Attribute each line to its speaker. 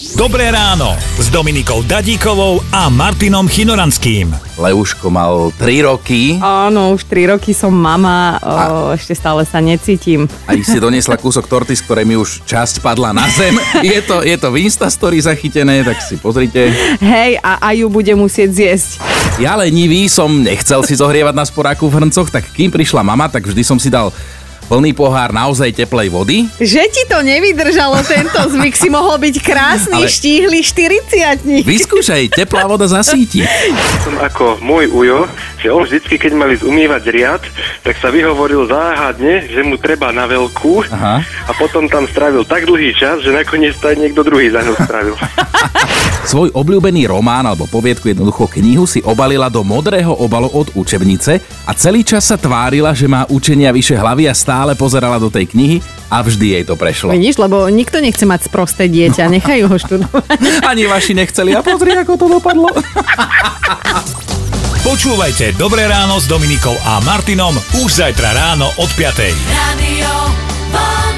Speaker 1: Dobré ráno s Dominikou Dadíkovou a Martinom Chinoranským.
Speaker 2: Leuško mal 3 roky
Speaker 3: Áno, už 3 roky som mama, o, ešte stále sa necítim.
Speaker 2: a ich si doniesla kúsok torty, z ktorej mi už časť padla na zem. Je to, je to v Instastory zachytené, tak si pozrite.
Speaker 3: Hej, a aj ju bude musieť zjesť.
Speaker 2: Ja lenivý som nechcel si zohrievať na sporáku v hrncoch, tak kým prišla mama, tak vždy som si dal plný pohár naozaj teplej vody.
Speaker 3: Že ti to nevydržalo tento zvyk, si mohol byť krásny,
Speaker 2: Ale-
Speaker 3: štíhly 40
Speaker 2: Vyskúšaj, teplá voda zasíti.
Speaker 4: som ako môj ujo, že on vždycky, keď mali umývať riad, tak sa vyhovoril záhadne, že mu treba na veľkú
Speaker 2: Aha.
Speaker 4: a potom tam strávil tak dlhý čas, že nakoniec to aj niekto druhý za ňou strávil.
Speaker 2: Svoj obľúbený román alebo poviedku jednoducho knihu si obalila do modrého obalu od učebnice a celý čas sa tvárila, že má učenia vyše hlavy a stále pozerala do tej knihy a vždy jej to prešlo.
Speaker 3: Vidíš, lebo nikto nechce mať sprosté dieťa, nechajú ho študovať.
Speaker 2: Ani vaši nechceli a pozri, ako to dopadlo.
Speaker 1: Počúvajte Dobré ráno s Dominikou a Martinom už zajtra ráno od 5.
Speaker 5: Radio Vlna.